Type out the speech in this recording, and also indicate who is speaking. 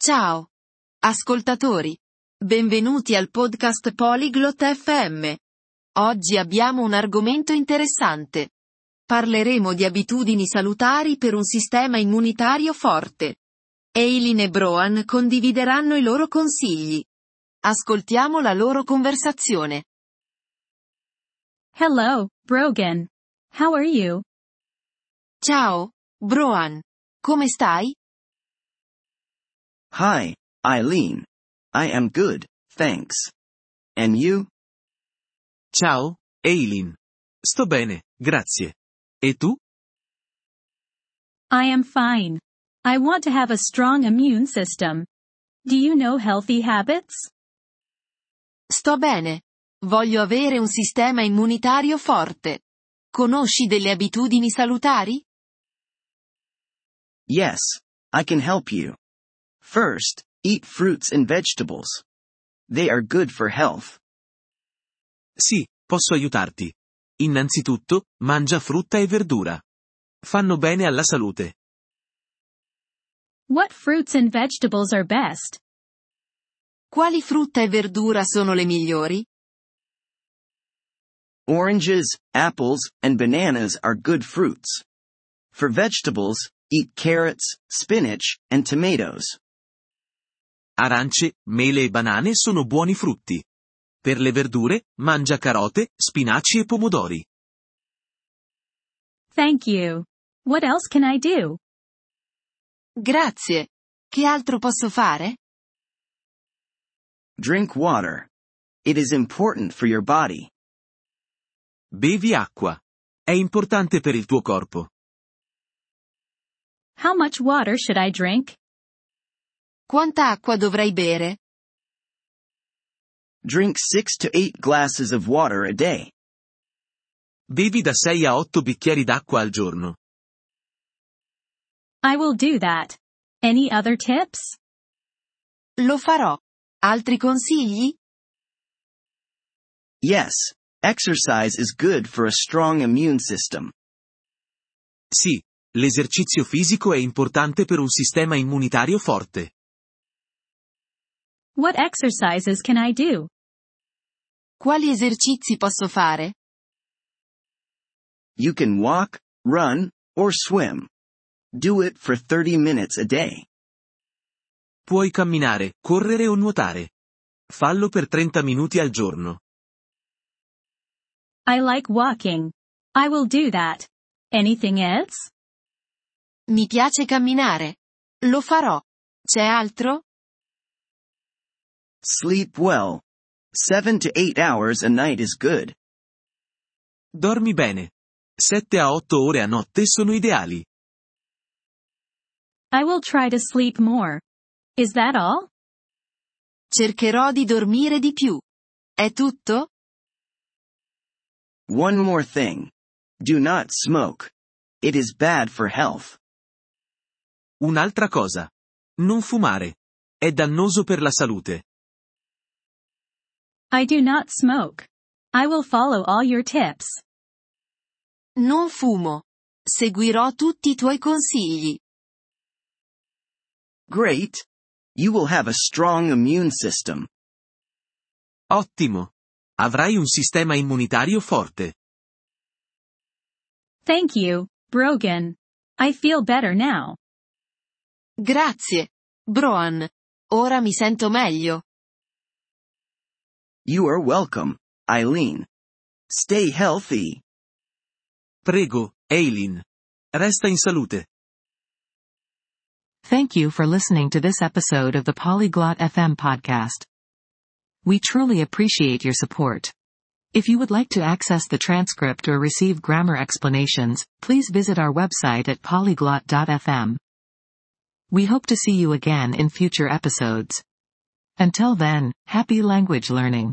Speaker 1: Ciao! Ascoltatori! Benvenuti al podcast Polyglot FM. Oggi abbiamo un argomento interessante. Parleremo di abitudini salutari per un sistema immunitario forte. Eileen e Broan condivideranno i loro consigli. Ascoltiamo la loro conversazione.
Speaker 2: Hello, Brogan. How are you?
Speaker 1: Ciao, Broan. Come stai?
Speaker 3: Hi, Eileen. I am good, thanks. And you?
Speaker 4: Ciao, Eileen. Sto bene, grazie. E tu?
Speaker 2: I am fine. I want to have a strong immune system. Do you know healthy habits?
Speaker 1: Sto bene. Voglio avere un sistema immunitario forte. Conosci delle abitudini salutari?
Speaker 3: Yes, I can help you. First, eat fruits and vegetables. They are good for health.
Speaker 4: Sì, posso aiutarti. Innanzitutto, mangia frutta e verdura. Fanno bene alla salute.
Speaker 2: What fruits and vegetables are best?
Speaker 1: Quali frutta e verdura sono le migliori?
Speaker 3: Oranges, apples, and bananas are good fruits. For vegetables, eat carrots, spinach, and tomatoes.
Speaker 4: Arance, mele e banane sono buoni frutti. Per le verdure, mangia carote, spinaci e pomodori.
Speaker 2: Thank you. What else can I do?
Speaker 1: Grazie. Che altro posso fare?
Speaker 3: Drink water. It is important for your body.
Speaker 4: Bevi acqua. È importante per il tuo corpo.
Speaker 2: How much water should I drink?
Speaker 1: Quanta acqua dovrei bere?
Speaker 3: Drink 6 to 8 glasses of water a day.
Speaker 4: Bevi da 6 a 8 bicchieri d'acqua al giorno.
Speaker 2: I will do that. Any other tips?
Speaker 1: Lo farò. Altri consigli?
Speaker 3: Yes, exercise is good for a strong immune system.
Speaker 4: Sì, l'esercizio fisico è importante per un sistema immunitario forte.
Speaker 2: What exercises can I do?
Speaker 1: Quali esercizi posso fare?
Speaker 3: You can walk, run, or swim. Do it for 30 minutes a day.
Speaker 4: Puoi camminare, correre o nuotare. Fallo per 30 minuti al giorno.
Speaker 2: I like walking. I will do that. Anything else?
Speaker 1: Mi piace camminare. Lo farò. C'è altro?
Speaker 3: Sleep well. 7 to 8 hours a night is good.
Speaker 4: Dormi bene. 7 a 8 ore a notte sono ideali.
Speaker 2: I will try to sleep more. Is that all?
Speaker 1: Cercherò di dormire di più. È tutto?
Speaker 3: One more thing. Do not smoke. It is bad for health.
Speaker 4: Un'altra cosa. Non fumare. È dannoso per la salute.
Speaker 2: I do not smoke. I will follow all your tips.
Speaker 1: Non fumo. Seguirò tutti i tuoi consigli.
Speaker 3: Great. You will have a strong immune system.
Speaker 4: Ottimo. Avrai un sistema immunitario forte.
Speaker 2: Thank you, Brogan. I feel better now.
Speaker 1: Grazie. Broan. Ora mi sento meglio.
Speaker 3: You are welcome, Eileen. Stay healthy.
Speaker 4: Prego, Eileen. Resta in salute.
Speaker 5: Thank you for listening to this episode of the Polyglot FM podcast. We truly appreciate your support. If you would like to access the transcript or receive grammar explanations, please visit our website at polyglot.fm. We hope to see you again in future episodes. Until then, happy language learning.